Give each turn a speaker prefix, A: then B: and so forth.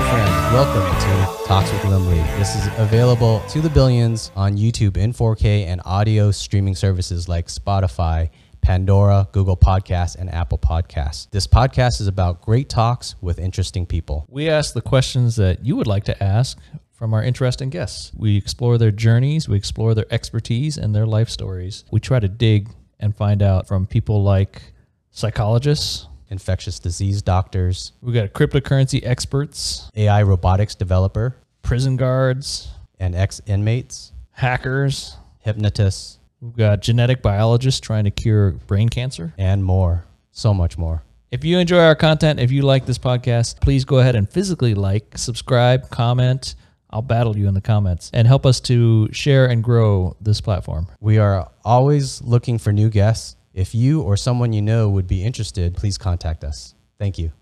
A: Welcome to Talks with Limley. This is available to the billions on YouTube in 4K and audio streaming services like Spotify, Pandora, Google Podcasts, and Apple Podcasts. This podcast is about great talks with interesting people.
B: We ask the questions that you would like to ask from our interesting guests. We explore their journeys, we explore their expertise and their life stories. We try to dig and find out from people like psychologists.
A: Infectious disease doctors,
B: We got cryptocurrency experts,
A: AI robotics developer,
B: prison guards,
A: and ex inmates,
B: hackers.
A: hypnotists,
B: We've got genetic biologists trying to cure brain cancer.
A: and more. So much more.
B: If you enjoy our content, if you like this podcast, please go ahead and physically like, subscribe, comment. I'll battle you in the comments and help us to share and grow this platform.
A: We are always looking for new guests. If you or someone you know would be interested, please contact us. Thank you.